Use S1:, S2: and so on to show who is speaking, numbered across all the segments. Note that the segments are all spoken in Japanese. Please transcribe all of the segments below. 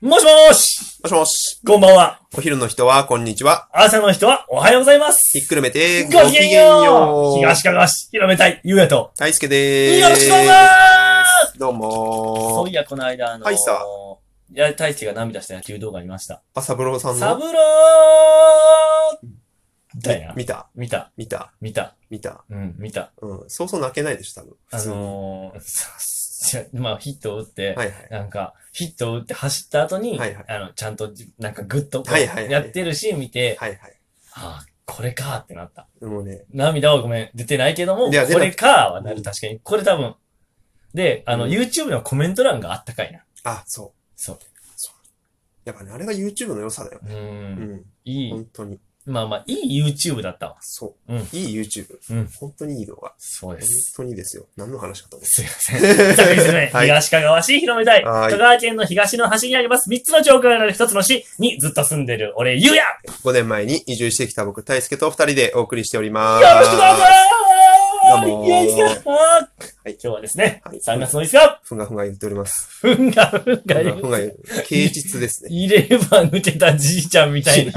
S1: もしもーし
S2: もしもし。
S1: こんばんは。
S2: お昼の人は、こんにちは。
S1: 朝の人はおはようございます。
S2: ひっくるめて、
S1: ごきげんよう東かがわ市広めたい、ゆうやと。
S2: 大輔でーす。
S1: よろしくお願いします
S2: どう
S1: そう
S2: も
S1: いや、この間、あのー、
S2: はいさ
S1: いや、大地が涙した野球動画見ました。
S2: あ、サブローさん
S1: サ
S2: の
S1: ブローみたいな。
S2: 見た
S1: 見た、
S2: 見た
S1: 見た。
S2: 見た
S1: うん、見た。
S2: うん。そうそう泣けないでしょ、多分。
S1: あのー、そういやまあ、ヒットを打って、
S2: はいはい。
S1: なんか、ヒットを打って走った後に、
S2: はいはい
S1: あの、ちゃんと、なんかグッとこ
S2: はいはいは
S1: う、
S2: い
S1: やってるシーン見て、
S2: はいはい。
S1: ああ、これかーってなった。
S2: でもね、
S1: 涙はごめん、出てないけども、
S2: いや出
S1: こ
S2: なく
S1: れかはな
S2: う
S1: る、
S2: ん
S1: 確かに。これ多分。で、あの、
S2: うん
S1: YouTube のコメント欄があったかいな。
S2: あ、そう。
S1: そう。
S2: やっぱね、あれが YouTube の良さだよ。
S1: うー。
S2: うんん。
S1: いい、
S2: 本当に。
S1: まあまあ、いい YouTube だったわ。
S2: そう。
S1: うん
S2: いい YouTube。
S1: うん
S2: 本当にいい動画。
S1: そう
S2: 本
S1: です。
S2: 当にいいですよ。何の話かと思っ
S1: すいません。ざっくり説明。
S2: はい
S1: 東かがわ市広めたい。
S2: はい
S1: 香川県の東の端にあります3つの町からなる1つの市にずっと住んでる俺、ゆうやよ
S2: 5年前に移住してきた僕、大輔と2人でお送りしております。
S1: ろしくどうぞー
S2: どうもー
S1: イエイイエイあー
S2: はい
S1: 今日はですね、
S2: はい
S1: 3月の5日、
S2: ふんがふんが言っております。
S1: ふんがふん
S2: ふ
S1: が
S2: んがふんが
S1: 言
S2: 言
S1: う。
S2: う。啓実ですね。
S1: 入れ歯抜けたじいちゃんみたいな。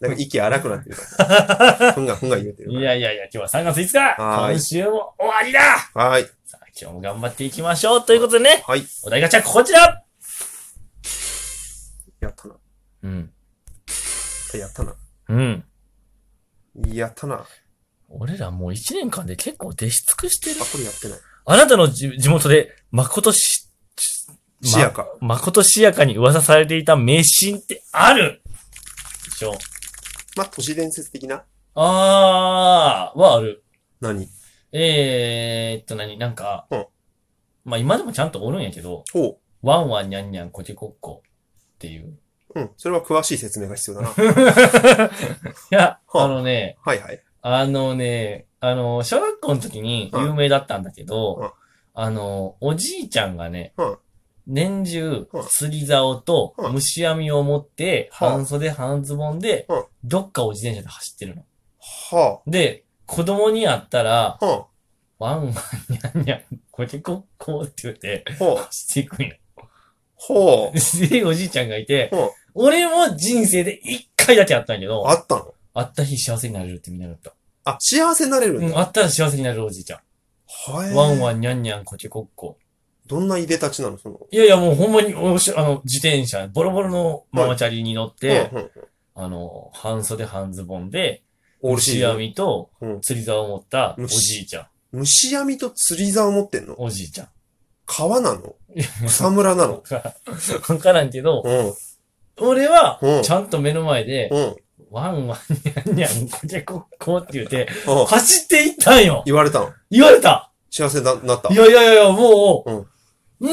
S2: なんか息荒くなっ てるから。ふんがふんが言うてる
S1: い
S2: か
S1: やいやいや、今日は3月5日
S2: はーい
S1: 今週も終わりだ
S2: ら。はーい。
S1: さあ、今日も頑張っていきましょうということでね、
S2: はい。
S1: お題ガチャこちら
S2: やったな。
S1: うん。
S2: やったな。
S1: うん。
S2: やったな。あ、
S1: 俺らもう1年間で結構出し尽くしてる。
S2: これやってない。
S1: あなたのじ地元で、誠し、ま
S2: しやか。
S1: 誠しやかに噂されていた迷信ってあるでしょ。
S2: まあ、都市伝説的な
S1: あー、はある。
S2: 何
S1: えーっと、何なんか、
S2: うん
S1: まあ今でもちゃんとおるんやけど、
S2: おう。
S1: ワンワンニャンニャンコケコッコっていう。
S2: うん。それは詳しい説明が 必要だな。
S1: いや、
S2: はあ
S1: あのね、
S2: はいはい。
S1: あのね、あの、小学校の時に有名だったんだけ
S2: うんうん
S1: ど、あの、おじいちゃんがね
S2: うん、
S1: 年中
S2: うん、
S1: 釣り竿と
S2: うん
S1: 虫網を持って、
S2: はあ
S1: 半袖半ズボンで
S2: うん、
S1: どっかを自転車で走ってるの。
S2: は
S1: で、子供に会ったら、
S2: あ。は
S1: ワンワンニャンニャン、コケコッコって言って、
S2: あ。はあ。
S1: 走っていくんや。
S2: は
S1: で、おじいちゃんがいて
S2: うん、
S1: 俺も人生で一回だけあったんやけど
S2: あ。、あったの
S1: 会った日幸せになれるってみんなだった。
S2: あ、幸せになれる
S1: うんん、
S2: だ。
S1: 会ったら幸せになれるおじいちゃん。
S2: はえ。
S1: ワンワ
S2: ン。
S1: ン、ニャンニャン、コケコッコ。
S2: どんないでたちなのその。
S1: いやいや、もうほんまに、おしあの、自転車、ボロボロのママチャリに乗って、
S2: うんうん、
S1: あの、半袖半ズボンで、
S2: オールシ
S1: 虫
S2: ーズン。
S1: 網と
S2: うん
S1: 釣り竿を持ったお
S2: 虫
S1: じいちゃん、
S2: 虫網と釣り竿持ってんの
S1: おじいちゃん。
S2: 川な の草むらなの
S1: わからんけど、
S2: うん。
S1: 俺は
S2: うん、
S1: ちゃんと目の前で、
S2: うん。
S1: ワンワン、ニャンニャン、コケコッコって言って、
S2: うん。
S1: 走っていったんよ
S2: 言われたの。
S1: 言われた
S2: 幸せだなった
S1: い。やいやいや、もう、
S2: うん
S1: うおー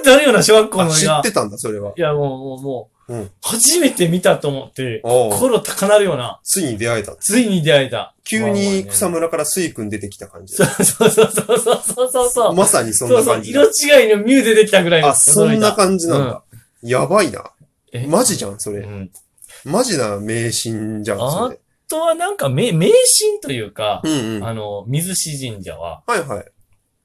S1: ってなるような小学校の
S2: あ
S1: 俺
S2: 知
S1: が
S2: っ。てたんだ、それは。
S1: いや、もう、もう、もう、
S2: うん
S1: 初めて見たと思って、
S2: おう
S1: 心高鳴るような、
S2: ついに出会えた。
S1: ついに出会えた。
S2: 急に草
S1: む。
S2: むらからスイ君出てきた感じ
S1: そう。そうそうそうそうそうそう。
S2: まさにそん
S1: そ
S2: な
S1: うそう、
S2: 感じ
S1: 色。違いのミュウ出てきたぐらいの
S2: あ、そんな感じなんだ。やばいな。
S1: え
S2: マジじゃん、そ
S1: じう
S2: れ。
S1: ん。
S2: マジな迷信じゃん、それ。
S1: あとはなんか、め、迷信というか、
S2: うんうん。は
S1: あの、水師神社は、
S2: いはい。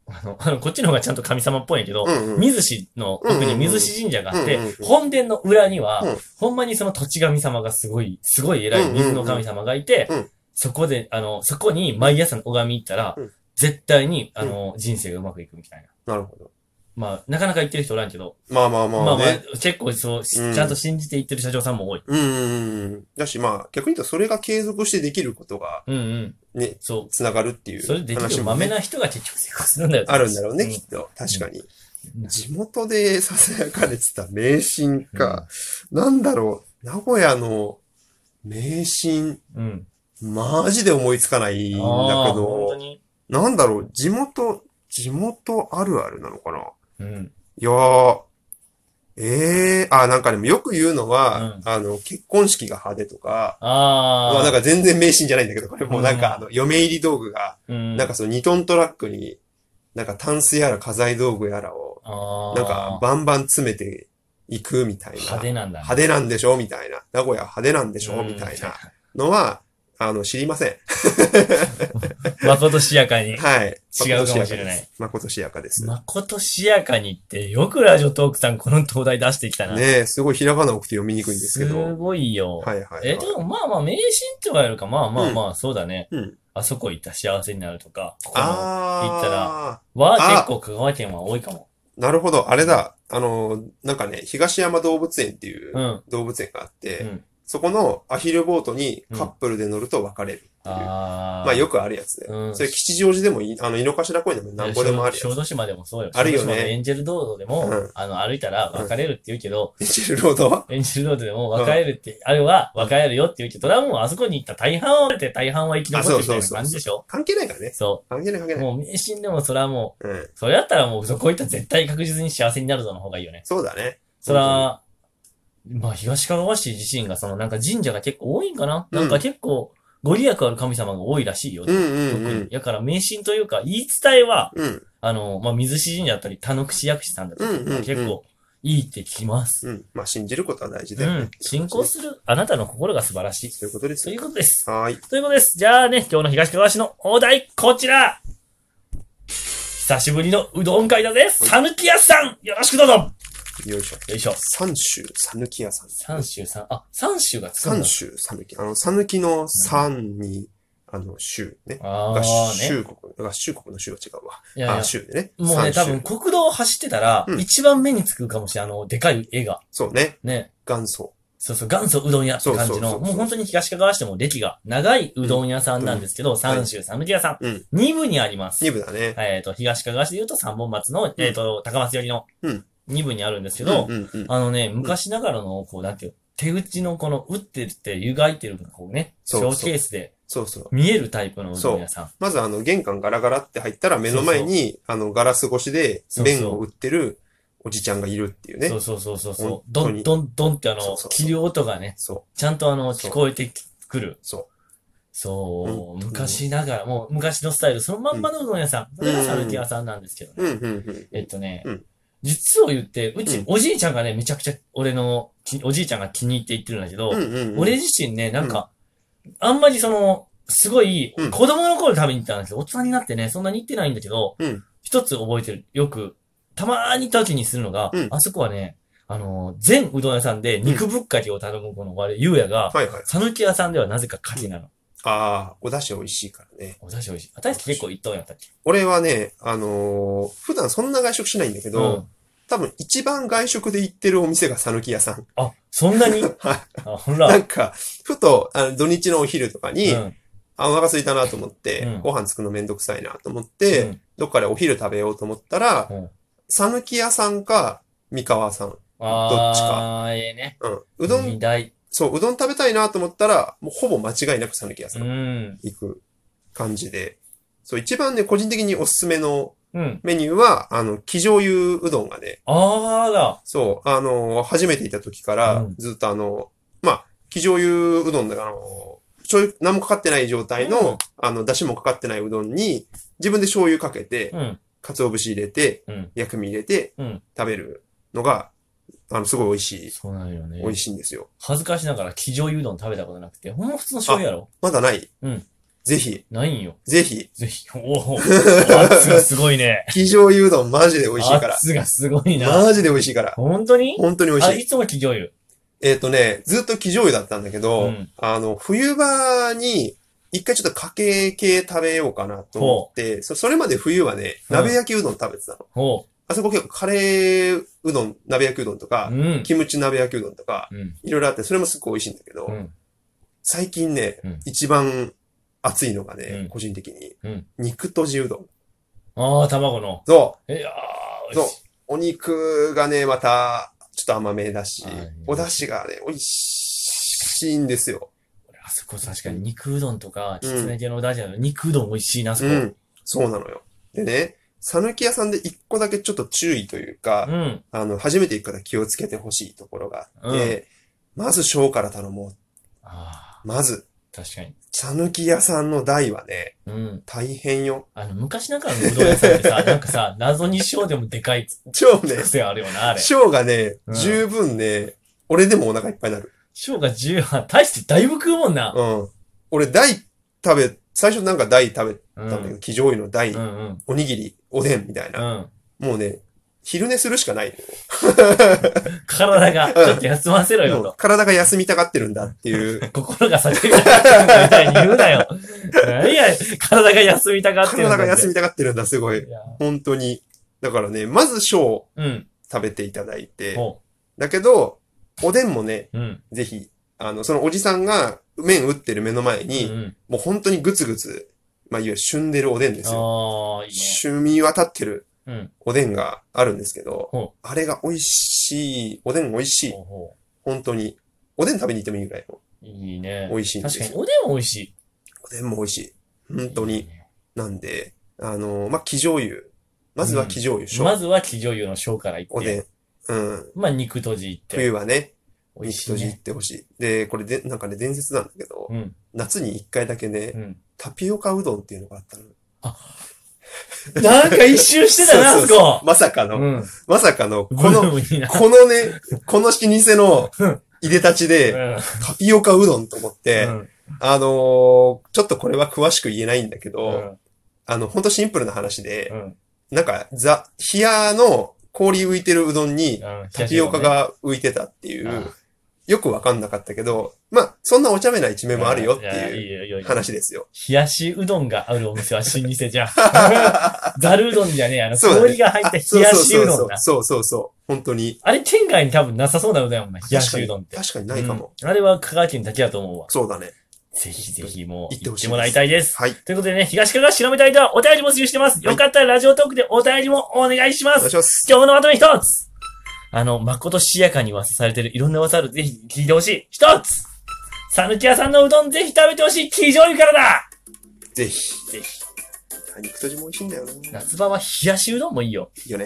S1: あの、あのこっちの方がちゃんと神様っぽいんやけど、
S2: うんうん。
S1: 水師の奥に水師神社があって
S2: うんうんうん、
S1: 本殿の裏には
S2: うん、
S1: ほんまにその土地神様がすごい、すごい偉い水の神様がいて
S2: うんうんうん、
S1: そこで、あの、そこに毎朝の拝み行ったら
S2: うん、
S1: 絶対に、あの、人生がうまくいくみたいな。
S2: なるほど。
S1: まあ、なかなか言ってる人おらんけど、
S2: まあまあ
S1: ま
S2: ま
S1: あ
S2: あ
S1: ま
S2: ね。
S1: あ、結構そう、し
S2: うん
S1: ちゃんと信じて言ってる社長さんも多い。
S2: うんうんうん。だしまあ、逆に言うとそれが継続してできることが、
S1: うんうん。
S2: ね、
S1: そ。
S2: つながるっていうう
S1: それでき
S2: 話
S1: る
S2: も
S1: まめ
S2: ね
S1: な人が結局成功するんだよ。
S2: あるんだろうね、
S1: ん
S2: きっと。確かに。
S1: うん
S2: 地元でささやかれてた迷信か。なんだろう。名古屋の迷信、
S1: うん。
S2: マジで思いつかないんだ
S1: あ
S2: け
S1: あ、本当
S2: ど、
S1: に。
S2: なんだろう。地元、地元あるあるなのかな。
S1: うん。
S2: いやー。ええあ、なんかでもよく言うの
S1: う
S2: は
S1: ん、
S2: あの、結婚式が派手とか、
S1: ああ。
S2: まあなんか全然迷信じゃないんだけど、これもうなん
S1: うん
S2: か、あの、嫁入り道具が、
S1: うん、
S2: なんかその2トントラックに、なんかタンスやら家財道具やらを、
S1: あー、
S2: なんか、バンバン詰めていくみたいな。
S1: 派手なんだね。
S2: 派手なんでしょみたいな。名古屋は派手なんでしょ
S1: うん
S2: みたいなのは、あの、知りません。
S1: 誠しやかに。
S2: はい。
S3: 違うかもしれない。
S2: まことしやかです。ね
S1: 誠しやかにって、よくラジオトークさんこの東大出してきたな。
S2: え、すごいひらがな多くて読みにくいんですけ
S1: す
S2: ど。はい
S1: ごいよ。
S2: はいはい。
S1: え、でもまあまあ、迷信って言われるか、まあまあまあ、そうだね。
S2: うん
S1: あそこ行ったら幸せになるとか、ここの行った
S2: ああ、
S1: は
S2: あ
S1: 結構香川県は多いかも。
S2: なるほど。あれだ。あの、なんかね、東山動物園っていう
S1: うん
S2: 動物園があって、
S1: うん
S2: そこのアヒルボートにカップルで乗ると別れるっていう。
S1: ああ。
S2: まあよくあるやつで。
S1: うん
S2: それ吉祥寺でもいい、あの、井の頭公園でもなんぼでもあるや
S1: 小
S2: つ。
S1: 豆島でもそうよ。
S2: あるよ
S1: 小
S2: ね
S1: 豆島のエンジェル道路でも、
S2: うん
S1: あの、歩いたら別れるって言うけど、
S2: エンジェルロードは
S1: エンジェル道路でも別れるって、あれは別れるよって言うけど、ドラムもあそこに行ったら大半は別れて大半は生き残ってるみたいな感じでしょ
S2: 関係ないからね。
S1: そ
S2: 関係ない関係
S1: う。
S2: ない。
S1: もう迷信でもそれはも
S2: うん。
S1: う、それだったらもうそこ行ったら絶対確実に幸せになるぞの方がいいよね。
S2: そうだね。
S1: そら、まあ東かがわ市自身がそのなんか神社が結構多いんかな、
S2: うん
S1: なんか結構ご利益ある神様が多いらしいよ。
S2: うんう
S1: 特
S2: んう
S1: に
S2: ん。。
S1: だから迷信というか、言い伝えは、
S2: うん。
S1: あの、まあ、水師神社だったり、田の口薬師さんだったりとか、
S2: うんうんうん
S1: 結構いいって聞きます。
S2: うん。まあ信じることは大事
S1: う
S2: だよね。
S1: ん。信仰するあなたの心が素晴らしい。
S2: ということです
S1: とい
S2: よ
S1: う。ことです。
S2: はーい。
S1: ということです。じゃあね、今日の東かがわ市のお題、こちら久しぶりのうどん会だぜさぬき屋さんよろしくどうぞよ
S2: よいしょ。
S1: いしょ。
S2: 三州、さぬき屋さん。
S1: 三州さん、あ、三州がつくん
S2: 三
S1: だ。
S2: 州、さぬき。あの、さぬきの三に、あの、州ね。
S1: あ
S2: 合
S1: ーね。
S2: 衆国。合衆国の州は違うわ。
S1: いやい
S2: あ、
S1: や。
S2: 州でね。
S1: もうね、
S2: 三
S1: 多
S2: 州
S1: 分国道を走ってたら、
S2: うん
S1: 一番目につくかもしれない。あの、でかい絵が。
S2: そうね。
S1: ね。
S2: 元祖。
S1: そうそう、元祖うどん屋って感じ
S2: そうそうそ
S1: の、
S2: うそう
S1: もう本当に東かがわ市でも歴が長いうどん屋さんなんですけど、三州三き屋さん、
S2: うん
S1: 二部にあります。
S2: 二部だね。
S1: えっ、と、東かがわ市で言うと三本松の、えっ、と、高松寄りの
S2: うん
S1: 二部にあるんですけ
S2: うん
S1: ど、
S2: うんうん。
S1: あのね、昔ながらの、こう、なんていう、手打ちのこの、打ってって湯がいてる、こうね、シ
S2: そう
S1: ョ
S2: そう
S1: ーケースで
S2: そうそう。
S1: 見えるタイプのうどん屋さん。
S2: まずあの、玄関ガラガラって入ったら目の前に、あの、ガラス越しで
S1: そうそう
S2: 麺を売ってるおじちゃんがいるっていうね
S1: そう。そうそうそうそう
S2: 本。
S1: ど
S2: 当
S1: ん
S2: に
S1: どんどんってあの
S2: そうそうそう、
S1: 切る音がね、
S2: そ
S1: ちゃんとあの、
S2: そ
S1: 聞
S2: う
S1: こえてくる。
S2: う、そ
S1: そう、
S2: うん
S1: 昔ながら、もう昔のスタイル、そのまんまのうどん屋さん。そ
S2: うん
S1: れがサルティ屋さんなんですけど
S2: う。う
S1: ね。
S2: ん、うん、うん。
S1: えっとね、
S2: うん
S1: 実を言って、うち、
S2: うん
S1: おじいちゃんがね、めちゃくちゃ俺のき、おじいちゃんが気に入って言ってるんだけど、
S2: うん、うんうん。
S1: 俺自身ね、なんか、あんまりその、すごい、
S2: うん
S1: 子供の頃食べに行ったんですけど、大人になってね、そんなに行ってないんだけど、
S2: うん
S1: 一つ覚えてる。よく、たまーに時にするのが、
S2: うん
S1: あそこはね、あのー、全うどん屋さんで肉ぶっかけを頼むこの我々、ゆうやが、
S2: はいはい。
S1: さぬき屋さんではなぜか牡蠣なの。
S2: ああ、お出汁美味しいからね。
S1: お出汁美味しい。私結構一等やったっけ
S2: 俺はね、あのー普段そんな外食しないんだけど、
S1: うん
S2: 多分一番外食で行ってるお店が讃岐屋さん。
S1: あ、そんなに
S2: はい
S1: あ、ほら。
S2: なんか、ふと、あの土日のお昼とかに、
S1: うん
S2: あ、お腹空いたなと思って、
S1: うん
S2: ご飯作るのめんどくさいなと思って、
S1: うん
S2: どっかでお昼食べようと思ったら
S1: うん、
S2: 讃岐屋さんか、三河さん。どっち
S1: あー、ええね。
S2: うん。うどん、
S1: 二大。
S2: そう、うどん食べたいなと思ったら、もうほぼ間違いなく讃岐屋さ
S1: うんん。
S2: 行く感じで。そう、一番ね、個人的におすすめの
S1: うん。
S2: メニューは、あの、生醤油うどんがね、
S1: あーが。
S2: そう、あの、初めていた時から
S1: うん、
S2: ずっとあの、まあ、生醤油うどんで、あの、醤油、何もかかってない状態の、
S1: うん
S2: あの、出汁もかかってないうどんに、自分で醤油かけて、
S1: うん。
S2: 鰹節入れて、
S1: うん
S2: 薬味入れて
S1: うん。
S2: 食べるのが、あの、すごい美味しい、
S1: そうなのよね。
S2: 美味しいんですよ。
S1: 恥ずかしながら、生醤油うどん食べたことなくて、ほんま普通の醤油やろ
S2: まだない
S1: うん
S2: ぜひ、
S1: ないんよ。
S2: ぜひ、
S1: ぜ ひ。おお。 圧がすごいね。
S2: 生醤油うどんマジで美味しいから。
S1: 圧がすごいな。
S2: マジで美味しいから。
S1: 本当に
S2: 本当に美
S1: あ、
S2: 味しい。
S1: いつも企業油。
S2: えっ、とね、ずっと生醤油だったんだけど、
S1: うん
S2: あの、冬場に、一回ちょっとかけ系食べようかなと思って、そそれまで冬はね、
S1: うん
S2: 鍋焼きうどん食べてたの。
S1: ほ
S2: あそこ結構カレーうどん、鍋焼きうどんと
S1: う。
S2: か
S1: う、ん。
S2: キムチ鍋焼きうどんとか、
S1: うん。
S2: いろいろあって、それもすっごい美味しいんだけど、
S1: うん。
S2: 最近ね、
S1: うん
S2: 一番熱いのがね、
S1: うん
S2: 個人的に、
S1: うん
S2: 肉とじうどん。
S1: ああ、卵の。
S2: そ
S1: いやー、美味しい。
S2: う、お肉がね、また、ちょっと甘めだし
S1: はい、
S2: お出汁がね、美味しいんですよ。
S1: 俺あそこ確かに肉うどんとか、きつね系の大事なの。肉うどん美味しいな、あそこ。
S2: う、
S1: うん
S2: そうなのよ。でね、讃岐屋さんで一個だけちょっと注意というか、
S1: ん。
S2: あの、初めて行くから気をつけてほしいところがあって、まず小から頼も
S1: ああ、
S2: う。まず、
S1: 確かに。
S2: 讃岐屋さんの台はね、
S1: うん。
S2: 大変よ。
S1: あの、昔ながらのうどん屋さんってさ、 なんかさ、謎に塩でもでかい
S2: 超ね、
S1: 癖あるよな、あれ。
S2: 小がね
S1: う、ん
S2: 十分ね、俺でもお腹いっぱいになる。
S1: 塩が10、大してだいぶ食うもんな。
S2: うん。俺、大食べ、最初なんか大食べ
S1: う
S2: たんだけど、
S1: ん。
S2: 騎乗位の大
S1: う、ん。
S2: おにぎり、おでんみたいな。
S1: うん。
S2: もうね、昼寝するしかないのよ。
S1: 体が、ちょっと休ませろよ
S2: もう
S1: と。
S2: 体が休みたがってるんだっていう。
S1: 心が叫びたがってるみたいに言うな よ。何や、体が休みたがってるんだ
S2: 体が休
S1: み。
S2: みたがってるんだ、すごい。
S1: いや
S2: 本当に。だからね、まず小を
S1: うん。
S2: 食べていただいて、
S1: ほ
S2: だけど、おでんもね、
S1: う。うん。
S2: ぜひ、あの、そのおじさんが麺打ってる目の前
S1: う
S2: に、
S1: ん。
S2: もう本当にグツグツ、まあ、いわゆる旬でるおでんですよ。
S1: ああ、いいね。
S2: 旬味渡ってる
S1: うん。
S2: おでんがあるんですけど
S1: ほ、
S2: あれが美味しい、おでん美味しい、
S1: ほうほ
S2: 本当に。おでん食べに行ってもいいぐらいの
S1: う。いいね。
S2: 美味しいんで
S1: 確か
S2: す
S1: に、
S2: よ。
S1: おでんも美味し
S2: おでんも美味しい。
S1: い。
S2: 本当
S1: いい
S2: に。
S1: ね。
S2: なんで、あの、まあ、生醤油。まずは生醤油、
S1: ま
S2: 小、
S1: ずは、生女優のショーから行
S2: お
S1: っ
S2: で
S1: て。
S2: ん。うん。
S1: まあ、肉とじ行って。
S2: 冬はね、
S1: 美味
S2: 肉
S1: しい
S2: とじ行っ
S1: ね。
S2: てほしい。で、これで、なんかね、伝説なんだけど、
S1: うん。
S2: 夏に一回だけね
S1: う、ん。
S2: タピオカうどんっていうのがあったの。
S1: なんか一周してたな、あ
S2: そう
S1: そ
S2: そう
S1: こ。
S2: まさかの、
S1: うん。
S2: まさかの、こ
S1: こ
S2: の、
S1: の、いいな。
S2: このね、この老舗の入れたち
S1: う
S2: で、
S1: ん
S2: タピオカうどんと思って、
S1: うん
S2: あのーちょっとこれは詳しく言えないんだけ
S1: う
S2: ど、
S1: ん
S2: あの、ほんとシンプルな話で
S1: う、ん。
S2: なんか、ザ、冷やの氷浮いてるうどん
S1: う
S2: に、
S1: ん
S2: タピオカ、が浮いてたってい
S1: あ
S2: う、よくわかんなかったけど、まあ、そんなお茶目な一面もあるよって
S1: や
S2: いう
S1: いう
S2: 話ですよ。
S1: 冷やしうどんがあるお店は新店じゃん。 ざるうどんじゃねえ、あの、
S2: そうだね
S1: 氷が入った
S2: あ
S1: 冷やしうどんだ。
S2: そうそうそうそうそうそう、本当に。
S1: あれ、県外に多分なさそうなうどんやもんな、冷やしうどんって。
S2: 確かにないかも。
S1: うん。あれは香川県だけだと思うわ。
S2: そうだね。
S1: ぜひぜひもう、
S2: 行って
S1: 行
S2: ほ
S1: っ
S2: しいです
S1: てもらいたいです。
S2: はい。
S1: ということでね、東香川忍び隊ではお便りも募集してます。
S2: はい
S1: よかったらラジオトークでお便りもお願いしま
S2: お
S1: す
S2: 願い。します。
S1: 今日のまとめ一つあの、まことしやかに噂されてるいろんな噂ある。ぜひ聞いてほしい。一つさぬき屋さんのうどんぜひ食べてほしい。生醤油からだ
S2: ぜひ。
S1: ぜひ。
S2: 肉とじも美味しいんだよな。
S1: 夏場は冷やしうどんもいいよ。
S2: いいよね。